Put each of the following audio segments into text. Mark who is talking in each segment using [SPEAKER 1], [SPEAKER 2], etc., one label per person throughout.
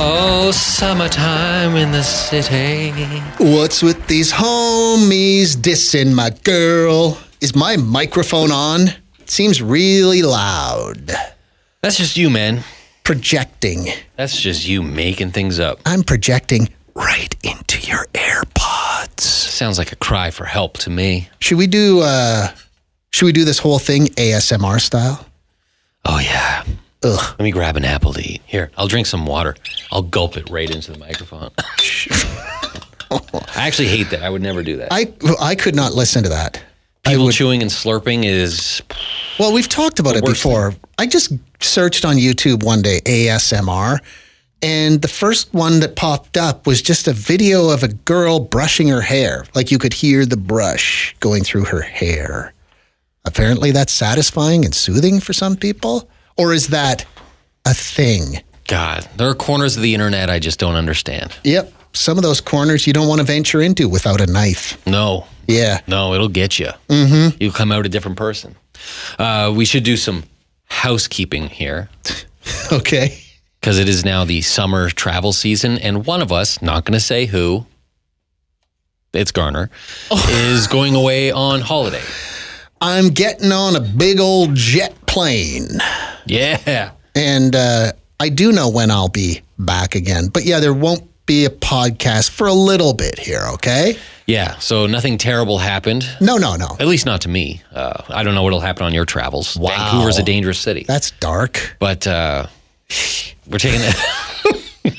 [SPEAKER 1] Oh, summertime in the city.
[SPEAKER 2] What's with these homies dissing my girl? Is my microphone on? It seems really loud.
[SPEAKER 1] That's just you, man.
[SPEAKER 2] Projecting.
[SPEAKER 1] That's just you making things up.
[SPEAKER 2] I'm projecting right into your AirPods.
[SPEAKER 1] Sounds like a cry for help to me.
[SPEAKER 2] Should we do uh should we do this whole thing ASMR style?
[SPEAKER 1] Oh, yeah.
[SPEAKER 2] Ugh.
[SPEAKER 1] Let me grab an apple to eat. Here, I'll drink some water. I'll gulp it right into the microphone. I actually hate that. I would never do that.
[SPEAKER 2] I I could not listen to that.
[SPEAKER 1] People chewing and slurping is
[SPEAKER 2] Well, we've talked about it
[SPEAKER 1] worst
[SPEAKER 2] before. I just searched on YouTube one day ASMR, and the first one that popped up was just a video of a girl brushing her hair. Like you could hear the brush going through her hair. Apparently, that's satisfying and soothing for some people. Or is that a thing?
[SPEAKER 1] God. There are corners of the internet I just don't understand.
[SPEAKER 2] Yep. Some of those corners you don't want to venture into without a knife.
[SPEAKER 1] No,
[SPEAKER 2] Yeah.
[SPEAKER 1] no, it'll get you. Mm-hmm. You'll come out a different person. Uh, we should do some housekeeping here
[SPEAKER 2] Okay.
[SPEAKER 1] because it is now the summer travel season, and one of us, not going to say who, it's Garner, is going away on holiday.
[SPEAKER 2] I'm getting on a big old jet plane.
[SPEAKER 1] Yeah.
[SPEAKER 2] And uh, I do know when I'll be back again. But yeah, there won't be a podcast for a little bit here, okay?
[SPEAKER 1] Yeah. So nothing terrible happened,
[SPEAKER 2] No, no, no.
[SPEAKER 1] at least not to me. Uh, I don't know what'll happen on your travels. Vancouver's a dangerous city,
[SPEAKER 2] That's dark.
[SPEAKER 1] but uh, we're taking it.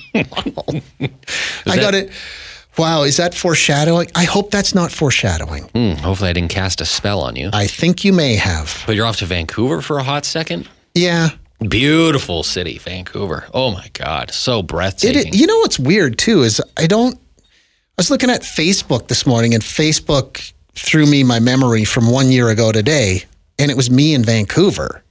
[SPEAKER 2] I got it. Wow, is that foreshadowing? I hope that's not foreshadowing.
[SPEAKER 1] Hmm, hopefully, I didn't cast a spell on you.
[SPEAKER 2] I think you may have.
[SPEAKER 1] But you're off to Vancouver for a hot second.
[SPEAKER 2] Yeah.
[SPEAKER 1] Beautiful city, Vancouver. Oh my God, so
[SPEAKER 2] It,
[SPEAKER 1] breathtaking.
[SPEAKER 2] it, you know what's weird too is I don't. I was looking at Facebook this morning, and Facebook threw me my memory from one year ago today, and it was me in Vancouver.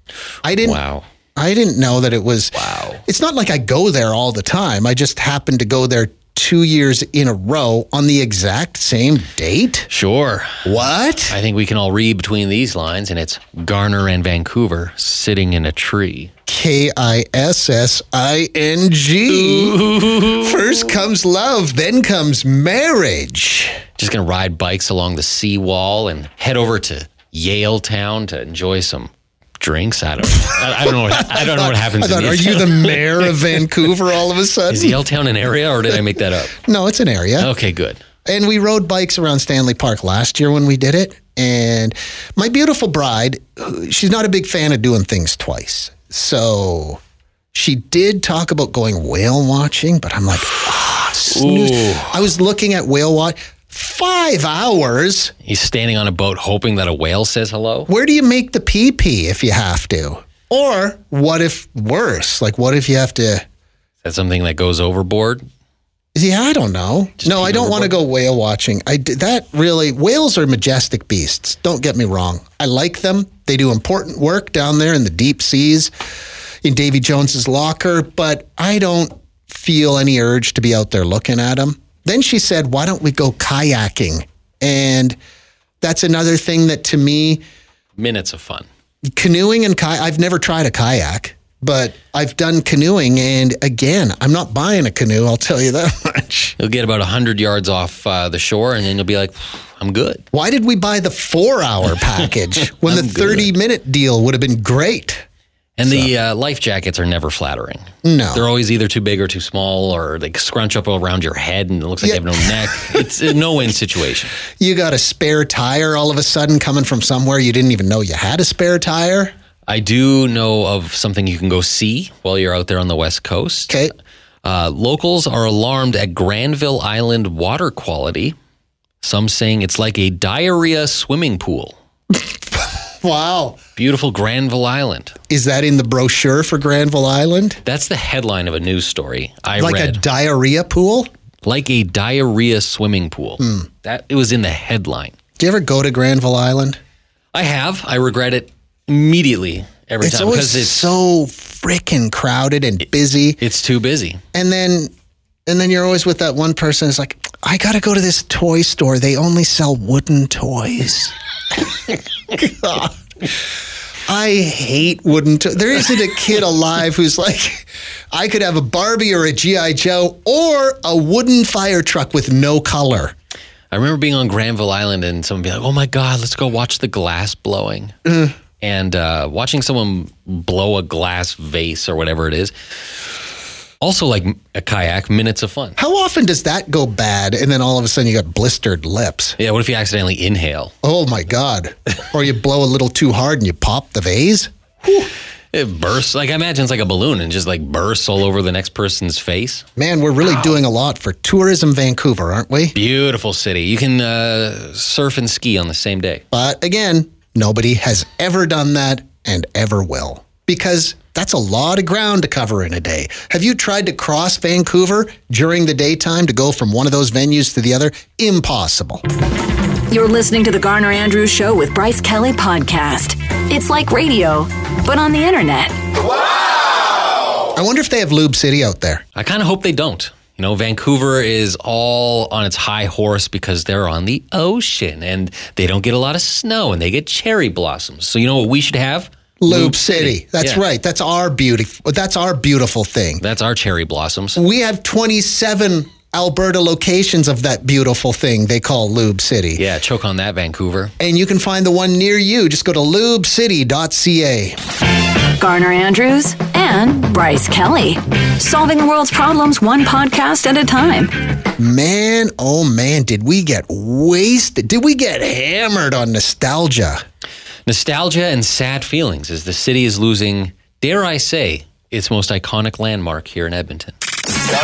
[SPEAKER 2] I didn't
[SPEAKER 1] wow.
[SPEAKER 2] I didn't know that it was.
[SPEAKER 1] Wow.
[SPEAKER 2] It's not like I go there all the time. I just happened to go there two years in a row on the exact same date.
[SPEAKER 1] Sure.
[SPEAKER 2] What?
[SPEAKER 1] I think we can all read between these lines, and it's Garner and Vancouver sitting in a tree.
[SPEAKER 2] K I S S I N G. First comes love, then comes marriage.
[SPEAKER 1] Just gonna ride bikes along the seawall and head over to Yale Town to enjoy some drinks. I don't. I, I don't know. What, I don't know what happens.
[SPEAKER 2] I thought,
[SPEAKER 1] in
[SPEAKER 2] are you
[SPEAKER 1] Yale
[SPEAKER 2] the
[SPEAKER 1] Town.
[SPEAKER 2] mayor of Vancouver all of a
[SPEAKER 1] Is Oh.
[SPEAKER 2] sudden?
[SPEAKER 1] Yale Town an area, or did I make that up?
[SPEAKER 2] No, it's an area.
[SPEAKER 1] Okay, good.
[SPEAKER 2] And we rode bikes around Stanley Park last year when we did it. And my beautiful bride, she's not a big fan of doing things twice. So she did talk about going whale watching, but I'm like, ah, snooze.
[SPEAKER 1] Ooh.
[SPEAKER 2] I was looking at whale watch. Five hours.
[SPEAKER 1] He's standing on a boat, hoping that a whale says hello.
[SPEAKER 2] Where do you make the pee pee if you have to? Or what if worse? Like, what if you have to?
[SPEAKER 1] Is that something that goes overboard?
[SPEAKER 2] Yeah, I don't know. no, I don't want to go whale watching. I d- that really whales are majestic beasts. Don't get me wrong. I like them. They do important work down there in the deep seas, in Davy Jones's locker. But I don't feel any urge to be out there looking at them. Then she said, "Why don't we go kayaking?" And that's another thing that to me,
[SPEAKER 1] Minutes of fun.
[SPEAKER 2] canoeing and kayak. I've never tried a kayak, but I've done canoeing. And again, I'm not buying a canoe. I'll tell you that much.
[SPEAKER 1] You'll get about 100 yards off uh, the shore, and then you'll be like, I'm good.
[SPEAKER 2] Why did we buy the four hour package when the
[SPEAKER 1] I'm good.
[SPEAKER 2] 30 minute deal would have been great?
[SPEAKER 1] And the uh, life jackets are never flattering.
[SPEAKER 2] No.
[SPEAKER 1] They're always either too big or too small, or they scrunch up around your head and it looks like you have no neck. It's a no win situation.
[SPEAKER 2] You got a spare tire all of a sudden coming from somewhere you didn't even know you had a spare tire.
[SPEAKER 1] I do know of something you can go see while you're out there on the West Coast.
[SPEAKER 2] Okay.
[SPEAKER 1] Uh, locals are alarmed at Granville Island water quality. Some saying it's like a diarrhea swimming pool.
[SPEAKER 2] Wow.
[SPEAKER 1] Beautiful Granville Island.
[SPEAKER 2] Is that in the brochure for Granville Island?
[SPEAKER 1] That's the headline of a news story I
[SPEAKER 2] like
[SPEAKER 1] read.
[SPEAKER 2] a diarrhea pool?
[SPEAKER 1] like a diarrhea swimming pool.
[SPEAKER 2] Hmm.
[SPEAKER 1] That it was in the headline.
[SPEAKER 2] Do you ever go to Granville Island?
[SPEAKER 1] I have. I regret it immediately every
[SPEAKER 2] It's
[SPEAKER 1] time
[SPEAKER 2] always
[SPEAKER 1] because it's
[SPEAKER 2] so freaking crowded and busy.
[SPEAKER 1] it's too busy.
[SPEAKER 2] and then and then you're always with that one person who's like, I gotta go to this toy store. They only sell wooden toys. God. I hate wooden toys. There isn't a kid alive who's like, I could have a Barbie or a G.I. Joe or a wooden fire truck with no color.
[SPEAKER 1] I remember being on Granville Island and someone be like, "Oh my god, let's go watch the glass blowing."
[SPEAKER 2] Mm.
[SPEAKER 1] And uh, watching someone blow a glass vase or whatever it is. Also, like a kayak, minutes of fun.
[SPEAKER 2] How often does that go bad and then all of a sudden you got blistered lips?
[SPEAKER 1] Yeah, what if you accidentally inhale?
[SPEAKER 2] Oh my God. or you blow a little too hard and you pop the vase?
[SPEAKER 1] It bursts. Like I imagine it's like a balloon and just like bursts all over the next person's face.
[SPEAKER 2] Man, we're really doing a lot for tourism Vancouver, aren't we?
[SPEAKER 1] Beautiful city. You can uh, surf and ski on the same day.
[SPEAKER 2] But again, nobody has ever done that and ever will because that's a lot of ground to cover in a day. Have you tried to cross Vancouver during the daytime to go from one of those venues to the other? Impossible.
[SPEAKER 3] You're listening to the Garner Andrews Show with Bryce Kelly Podcast. It's like radio, but on the internet.
[SPEAKER 2] I wonder if they have Lube City out there.
[SPEAKER 1] I kind of hope they don't. You know, Vancouver is all on its high horse because they're on the ocean and they don't get a lot of snow and they get cherry blossoms. So you know what we should have?
[SPEAKER 2] Lube, City. That's
[SPEAKER 1] Yeah.
[SPEAKER 2] right. That's our beautiful that's our beautiful thing.
[SPEAKER 1] That's our cherry blossoms.
[SPEAKER 2] We have 27 Alberta locations of that beautiful thing they call Lube City.
[SPEAKER 1] Yeah, choke on that, Vancouver.
[SPEAKER 2] And you can find the one near you. Just go to lubecity.ca.
[SPEAKER 3] Garner Andrews and Bryce Kelly. Solving the world's problems one podcast at a time.
[SPEAKER 2] Man, oh man, did we get wasted? Did we get hammered on nostalgia?
[SPEAKER 1] Nostalgia and sad feelings as the city is losing, dare I say, its most iconic landmark here in Edmonton.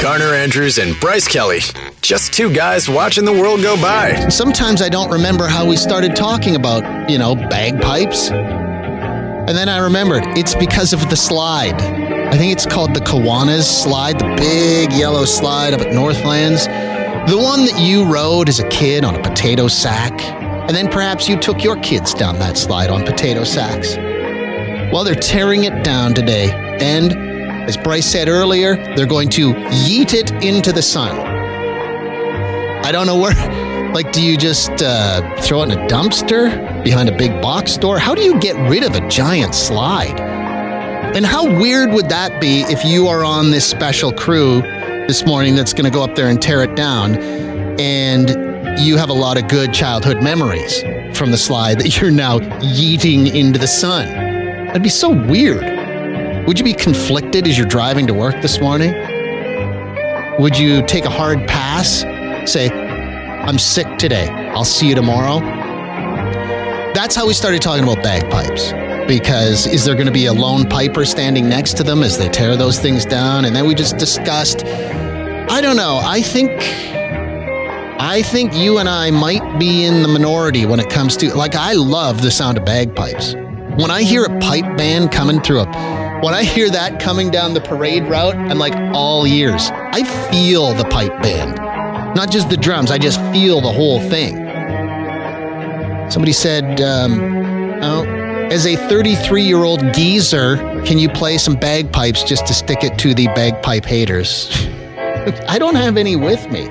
[SPEAKER 4] Garner Andrews and Bryce Kelly. Just two guys watching the world go by.
[SPEAKER 2] Sometimes I don't remember how we started talking about, you know, bagpipes. And then I remembered it's because of the slide. I think it's called the Kiwanis slide, the big yellow slide up at Northlands. The one that you rode as a kid on a potato sack. And then perhaps you took your kids down that slide on potato sacks. Well, they're tearing it down today. And as Bryce said earlier, they're going to yeet it into the sun. I don't know where. Like, do you just uh, throw it in a dumpster behind a big box store? How do you get rid of a giant slide? And how weird would that be if you are on this special crew this morning that's going to go up there and tear it down and you have a lot of good childhood memories from the slide that you're now yeeting into the sun? That'd be so weird. Would you be conflicted as you're driving to work this morning? Would you take a hard pass? Say, I'm sick today. I'll see you tomorrow. That's how we started talking about bagpipes. Because is there going to be a lone piper standing next to them as they tear those things down? And then we just discussed. I don't know. I think. I think you and I might be in the minority when it comes to like I love the sound of bagpipes. When I hear a pipe band coming through a when I hear that coming down the parade route, I'm like all ears. I feel the pipe band. Not just the drums, I just feel the whole thing. Somebody said, um, oh, as a 33 year old geezer, can you play some bagpipes just to stick it to the bagpipe haters? I don't have any with me.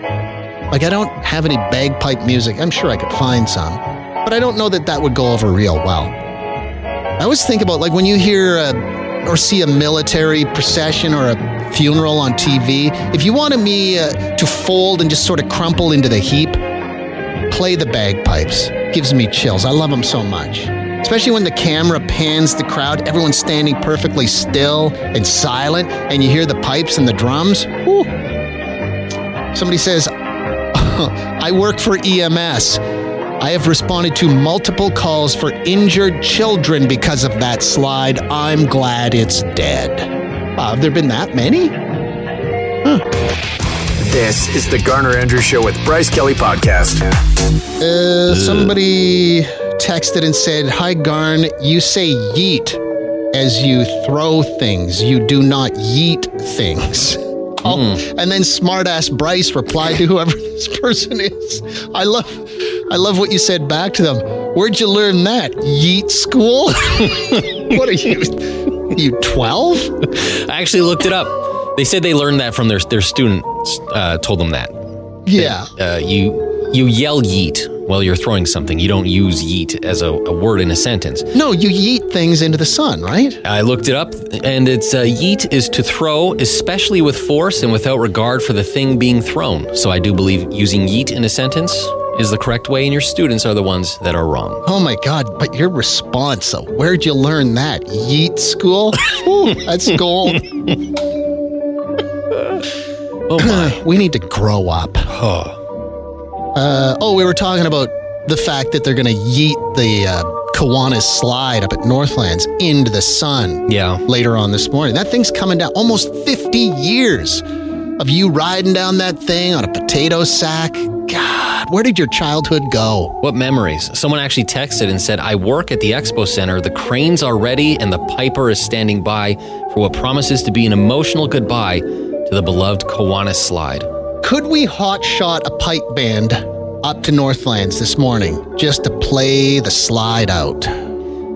[SPEAKER 2] Like, I don't have any bagpipe music. I'm sure I could find some, but I don't know that that would go over real well. I always think about, like, when you hear a, or see a military procession or a funeral on TV, if you wanted me uh, to fold and just sort of crumple into the heap, play the bagpipes. Gives me chills. I love them so much. Especially when the camera pans the crowd, everyone's standing perfectly still and silent, and you hear the pipes and the drums. Whew. Somebody says, I work for EMS. I have responded to multiple calls for injured children because of that Uh, slide. I'm glad it's dead. Wow, have there been that many? Huh.
[SPEAKER 4] This is the Garner Andrews Show with Bryce Kelly Podcast.
[SPEAKER 2] Uh, somebody texted and said, Hi, Garn, you say yeet as you throw things. You do not yeet things. Oh, and then smartass Bryce replied to whoever this person is. I love, I love what you said back to them. Where'd you learn that? Yeet school? what are you? You twelve?
[SPEAKER 1] I actually looked it up. They said they learned that from their their student uh, told them that.
[SPEAKER 2] Yeah.
[SPEAKER 1] uh, you you yell yeet while you're throwing something. You don't use yeet as a, a word in a sentence.
[SPEAKER 2] No, you yeet things into the sun, right?
[SPEAKER 1] I looked it up, and it's uh, yeet is to throw, especially with force and without regard for the thing being thrown. So I do believe using yeet in a sentence is the correct way, and your students are the ones that are wrong.
[SPEAKER 2] Oh my God, but your response, though, where'd you learn that? Yeet school? Whew, that's gold.
[SPEAKER 1] Oh my!
[SPEAKER 2] we need to grow up.
[SPEAKER 1] Oh.
[SPEAKER 2] Uh, oh, we were talking about the fact that they're going to yeet the uh, Kiwanis slide up at Northlands into the sun
[SPEAKER 1] Yeah.
[SPEAKER 2] later on this morning. That thing's coming down almost 50 years of you riding down that thing on a potato sack. God, where did your childhood go?
[SPEAKER 1] What memories? Someone actually texted and said, I work at the expo center. The cranes are ready, and the piper is standing by for what promises to be an emotional goodbye to the beloved Kiwanis slide.
[SPEAKER 2] Could we hot shot a pipe band up to Northlands this morning just to play the slide out?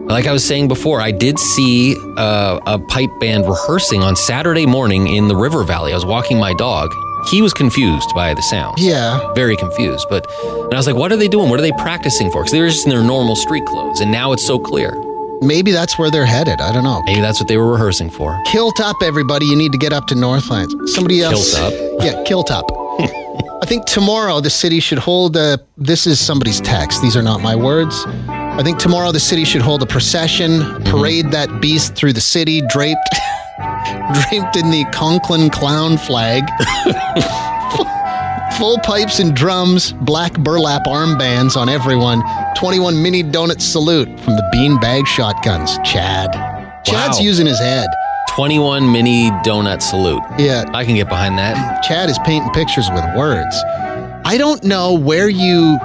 [SPEAKER 1] Like I was saying before, I did see uh, a pipe band rehearsing on Saturday morning in the River Valley. I was walking my dog. He was confused by the sounds.
[SPEAKER 2] Yeah.
[SPEAKER 1] Very confused. But and I was like, what are they doing? What are they practicing for? Because they were just in their normal street clothes. And now it's so clear.
[SPEAKER 2] Maybe that's where they're headed. I don't know.
[SPEAKER 1] Maybe that's what they were rehearsing for.
[SPEAKER 2] Kilt up, everybody. You need to get up to Northlands. Somebody else.
[SPEAKER 1] Kilt up?
[SPEAKER 2] Yeah, kilt up. I think tomorrow the city should hold a. This is somebody's text. These are not my words. I think tomorrow the city should hold a procession,
[SPEAKER 1] Mm-hmm.
[SPEAKER 2] parade that beast through the city, draped, draped in the Conklin clown flag, full pipes and drums, black burlap armbands on everyone, 21 mini donut salute from the beanbag shotguns. Chad, Chad's
[SPEAKER 1] Wow.
[SPEAKER 2] using his head.
[SPEAKER 1] 21 mini donut salute.
[SPEAKER 2] Yeah,
[SPEAKER 1] I can get behind that.
[SPEAKER 2] Chad is painting pictures with words. I don't know where you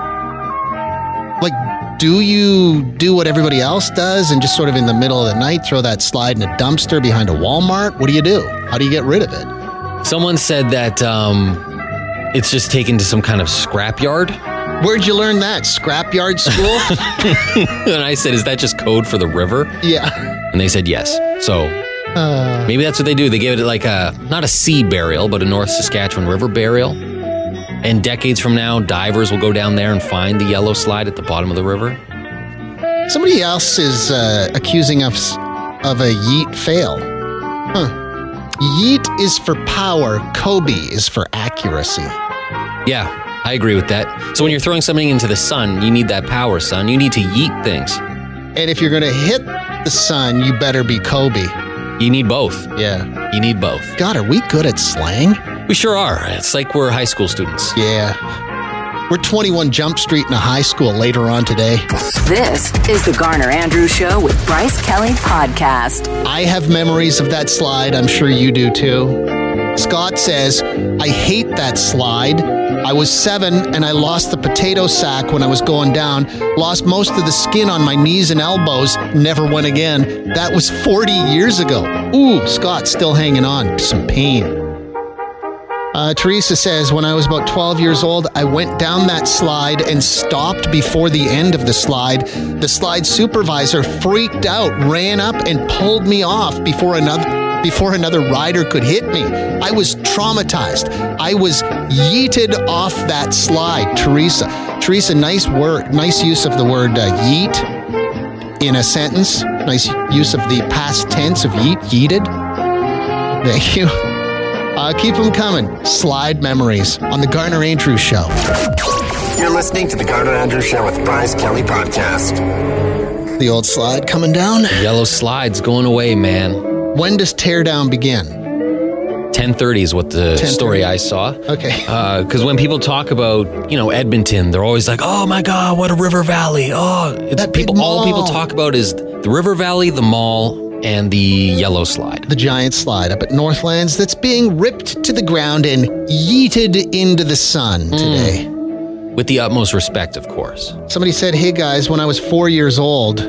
[SPEAKER 2] like do you do what everybody else does and just sort of in the middle of the night throw that slide in a dumpster behind a Walmart? What do you do? How do you get rid of it?
[SPEAKER 1] Someone said that um, it's just taken to some kind of scrapyard.
[SPEAKER 2] Where'd you learn that? Scrapyard school?
[SPEAKER 1] and I said, is that just code for the river?
[SPEAKER 2] yeah.
[SPEAKER 1] And they said yes. So maybe that's what they do. They give it like a not a sea burial, but a North Saskatchewan River burial. And decades from now, divers will go down there and find the yellow slide at the bottom of the river.
[SPEAKER 2] Somebody else is uh, accusing us of a yeet fail. Huh. Yeet is for power, Kobe is for accuracy.
[SPEAKER 1] Yeah, I agree with that. So when you're throwing something into the sun, you need that power, son. You need to yeet things.
[SPEAKER 2] And if you're going to hit the sun, you better be Kobe.
[SPEAKER 1] You need both.
[SPEAKER 2] Yeah.
[SPEAKER 1] You need both.
[SPEAKER 2] God, are we good at slang?
[SPEAKER 1] We sure are. It's like we're high school students.
[SPEAKER 2] Yeah. We're 21 Jump Street in a high school later on today.
[SPEAKER 3] This is the Garner Andrews Show with Bryce Kelly Podcast.
[SPEAKER 2] I have memories of that slide. I'm sure you do too. Scott says, I hate that slide. I was seven and I lost the potato sack when I was going down, lost most of the skin on my knees and elbows, never went again. That was 40 years ago. Ooh, Scott's still hanging on to some pain. Uh, Teresa says, when I was about 12 years old, I went down that slide and stopped before the end of the slide. The slide supervisor freaked out, ran up and pulled me off before another before another rider could hit me. I was traumatized. I was yeeted off that slide, Teresa. Teresa, nice work, nice use of the word uh, yeet in a sentence. Nice use of the past tense of yeet, yeeted. Thank you. Uh, keep them coming. Slide memories on the Garner Andrews Show.
[SPEAKER 4] You're listening to the Garner Andrews Show with Bryce Kelly Podcast.
[SPEAKER 2] The old slide coming down.
[SPEAKER 1] Yellow slides going away, man.
[SPEAKER 2] When does teardown begin?
[SPEAKER 1] 10:30 is what the
[SPEAKER 2] 10:30.
[SPEAKER 1] story I saw.
[SPEAKER 2] Okay.
[SPEAKER 1] because Uh, when people talk about you know Edmonton, they're always like, "Oh my God, what a river valley!" Oh, it's
[SPEAKER 2] That big
[SPEAKER 1] people. All people
[SPEAKER 2] mall.
[SPEAKER 1] talk about is the river valley, the mall, and the yellow slide.
[SPEAKER 2] the giant slide up at Northlands that's being ripped to the ground and yeeted into the sun today.
[SPEAKER 1] With the utmost respect, of course.
[SPEAKER 2] Somebody said, Hey guys, when I was four years old,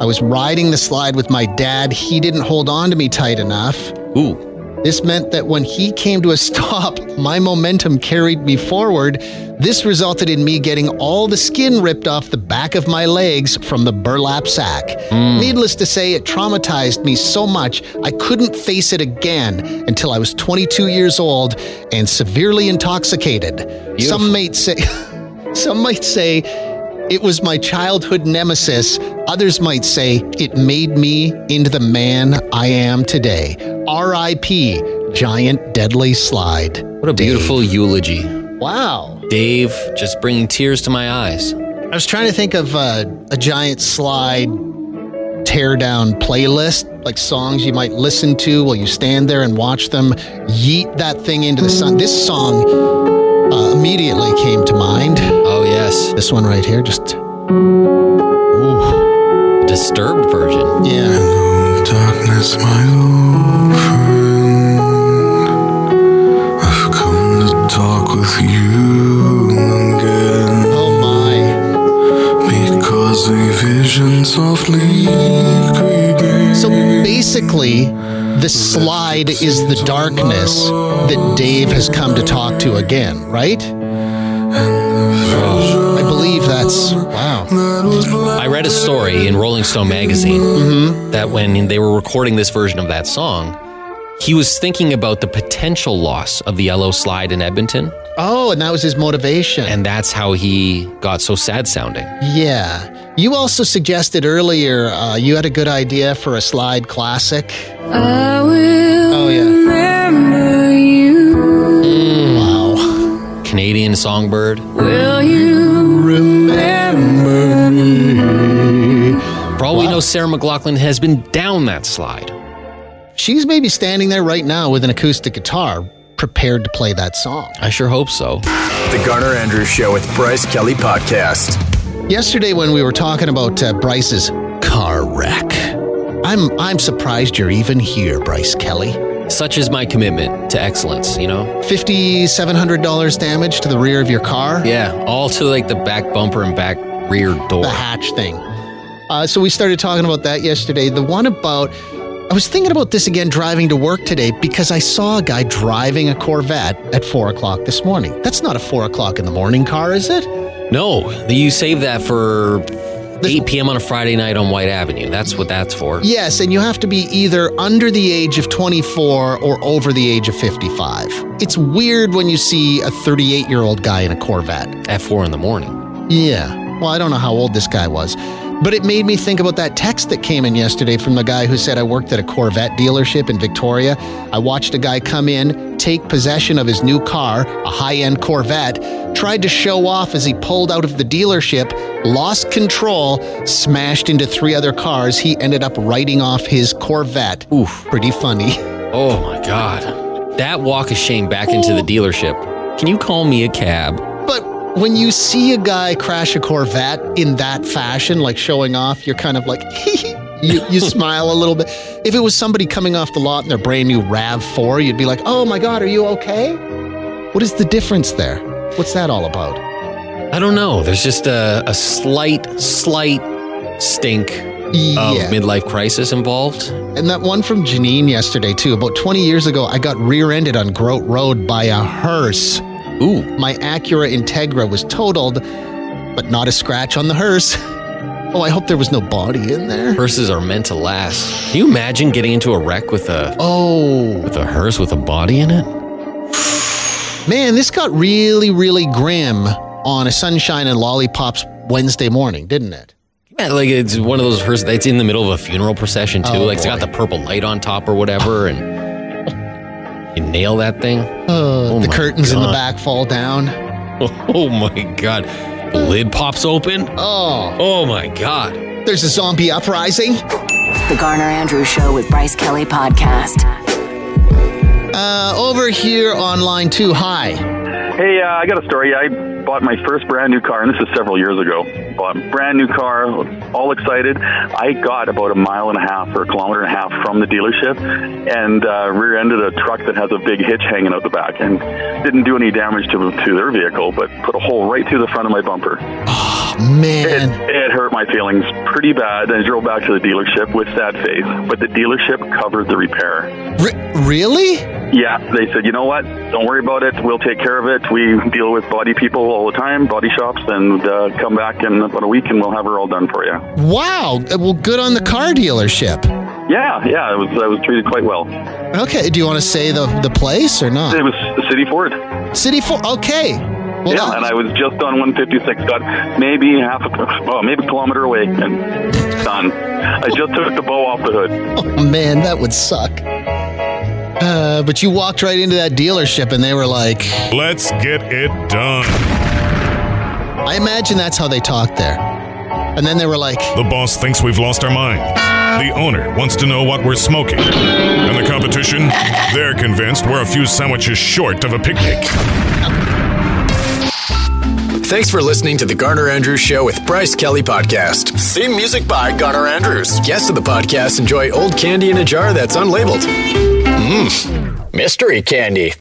[SPEAKER 2] I was riding the slide with my dad. He didn't hold on to me tight enough.
[SPEAKER 1] Ooh,
[SPEAKER 2] This meant that when he came to a stop, my momentum carried me forward. This resulted in me getting all the skin ripped off the back of my legs from the burlap sack. Needless to say, it traumatized me so much I couldn't face it again until I was 22 years old and severely intoxicated. Some might say some might say it was my childhood nemesis. Others might say it made me into the man I am today. R.I.P. Giant Deadly Slide.
[SPEAKER 1] what a beautiful eulogy.
[SPEAKER 2] Wow.
[SPEAKER 1] Dave, just bringing tears to my eyes.
[SPEAKER 2] I was trying to think of uh, a giant slide teardown playlist, like songs you might listen to while you stand there and watch them yeet that thing into the sun. This song uh, immediately came to mind.
[SPEAKER 1] Oh, yes.
[SPEAKER 2] This one right here, just.
[SPEAKER 1] Disturbed version.
[SPEAKER 2] Yeah.
[SPEAKER 5] Darkness, my old friend. I've come to talk with you again
[SPEAKER 2] Oh my.
[SPEAKER 5] because a vision softly creeping.
[SPEAKER 2] So basically, the slide is the darkness that Dave has come to talk to again, right? I believe that's wow.
[SPEAKER 1] I read a story in Rolling Stone magazine
[SPEAKER 2] Mm-hmm.
[SPEAKER 1] that when they were recording this version of that song, he was thinking about the potential loss of the yellow slide in Edmonton,
[SPEAKER 2] Oh, and that was his motivation.
[SPEAKER 1] and that's how he got so sad sounding.
[SPEAKER 2] yeah, you also suggested earlier uh, you had a good idea for a slide classic.
[SPEAKER 6] I will
[SPEAKER 2] Oh yeah,
[SPEAKER 6] remember you.
[SPEAKER 2] wow.
[SPEAKER 1] Canadian songbird.
[SPEAKER 6] Will you?
[SPEAKER 2] Remember me.
[SPEAKER 1] For all we know, Sarah McLaughlin has been down that slide.
[SPEAKER 2] She's maybe standing there right now with an acoustic guitar, prepared to play that song.
[SPEAKER 1] I sure hope so.
[SPEAKER 4] The Garner Andrews Show with Bryce Kelly Podcast.
[SPEAKER 2] Yesterday, when we were talking about uh, Bryce's car wreck, I'm I'm surprised you're even here, Bryce Kelly.
[SPEAKER 1] Such is my commitment to excellence, you know?
[SPEAKER 2] Fifty-seven hundred dollars damage to the rear of your car,
[SPEAKER 1] Yeah, all to like the back bumper and back rear door.
[SPEAKER 2] the hatch thing. Uh, so we started talking about that yesterday. The one about I was thinking about this again driving to work today because I saw a guy driving a Corvette at four o'clock this morning. That's not a four o'clock in the morning car, is it?
[SPEAKER 1] No, you save that for 8 p.m. on a Friday night on White Avenue. That's what that's for.
[SPEAKER 2] Yes, and you have to be either under the age of 24 or over the age of 55. It's weird when you see a 38 year old guy in a Corvette.
[SPEAKER 1] At 4 in the morning.
[SPEAKER 2] Yeah. Well, I don't know how old this guy was, but it made me think about that text that came in yesterday from the guy who said, I worked at a Corvette dealership in Victoria. I watched a guy come in, take possession of his new car, a high end Corvette, tried to show off as he pulled out of the dealership, lost control, smashed into three other cars. He ended up writing off his Corvette. Oof. Pretty funny.
[SPEAKER 1] Oh my God. That walk of shame back into the dealership. Can you call me a cab?
[SPEAKER 2] But when you see a guy crash a Corvette in that fashion, like showing off, you're kind of like, you, you smile a little bit. If it was somebody coming off the lot in their brand new RAV4, you'd be like, oh my God, are you okay? What is the difference there? What's that all about?
[SPEAKER 1] I don't know. There's just a, a slight, slight stink of
[SPEAKER 2] Yeah.
[SPEAKER 1] midlife crisis involved.
[SPEAKER 2] And that one from Janine yesterday, too. About 20 years ago, I got rear ended on Groat Road by a hearse.
[SPEAKER 1] Ooh,
[SPEAKER 2] My Acura Integra was totaled, but not a scratch on the hearse. Oh, I hope there was no body in there.
[SPEAKER 1] hearses are meant to last. Can you imagine getting into a wreck with a
[SPEAKER 2] Oh.
[SPEAKER 1] with a hearse with a body in it?
[SPEAKER 2] Man, this got really, really grim on a Sunshine and Lollipops Wednesday morning, didn't it?
[SPEAKER 1] Yeah, like it's one of those hearses that's in the middle of a funeral procession
[SPEAKER 2] Oh,
[SPEAKER 1] too. like it's got the purple light on top or whatever, and you nail that thing.
[SPEAKER 2] Uh,
[SPEAKER 1] Oh
[SPEAKER 2] the
[SPEAKER 1] my
[SPEAKER 2] curtains in the
[SPEAKER 1] God.
[SPEAKER 2] back fall down.
[SPEAKER 1] Oh my god, the lid pops open.
[SPEAKER 2] Oh,
[SPEAKER 1] Oh my god,
[SPEAKER 2] there's a zombie uprising.
[SPEAKER 3] The Garner Andrews Show with Bryce Kelly Podcast.
[SPEAKER 2] Uh, over here on line two, hi.
[SPEAKER 7] Hey, uh, I got a story. I bought my first brand new car, and this is several years ago. Bought a brand new car, all excited. I got about a mile and a half or a kilometer and a half from the dealership and uh, rear ended a truck that has a big hitch hanging out the back and didn't do any damage to, to their vehicle, but put a hole right through the front of my bumper. It,
[SPEAKER 2] Man,
[SPEAKER 7] it hurt my feelings pretty bad. I drove back to the dealership with sad face, but the dealership covered the repair.
[SPEAKER 2] Re- really?
[SPEAKER 7] Yeah, they said, you know what? Don't worry about it. We'll take care of it. We deal with body people all the time, body shops, and uh, come back in about a week and we'll have her all done for you.
[SPEAKER 2] Wow. Uh, Well, good on the car dealership.
[SPEAKER 7] Yeah, yeah, I was, I was treated quite well. It
[SPEAKER 2] Okay. Do you want to say the, the place or not?
[SPEAKER 7] was City Ford.
[SPEAKER 2] City Four. Okay. Well,
[SPEAKER 7] yeah, and I was just on 156, got maybe half a, well, maybe a kilometer away, and done. I just took the bow off the hood.
[SPEAKER 2] oh, man, that would suck. Uh, but you walked right into that dealership and they were like,
[SPEAKER 8] Let's get it done.
[SPEAKER 2] I imagine that's how they talked there. And then they were like,
[SPEAKER 8] The boss thinks we've lost our minds. The owner wants to know what we're smoking. And the competition? They're convinced we're a few sandwiches short of a picnic.
[SPEAKER 4] Thanks for listening to the Garner Andrews Show with Bryce Kelly Podcast. Theme music by Garner Andrews. Guests of the podcast enjoy old candy in a jar that's unlabeled. Mmm, mystery candy.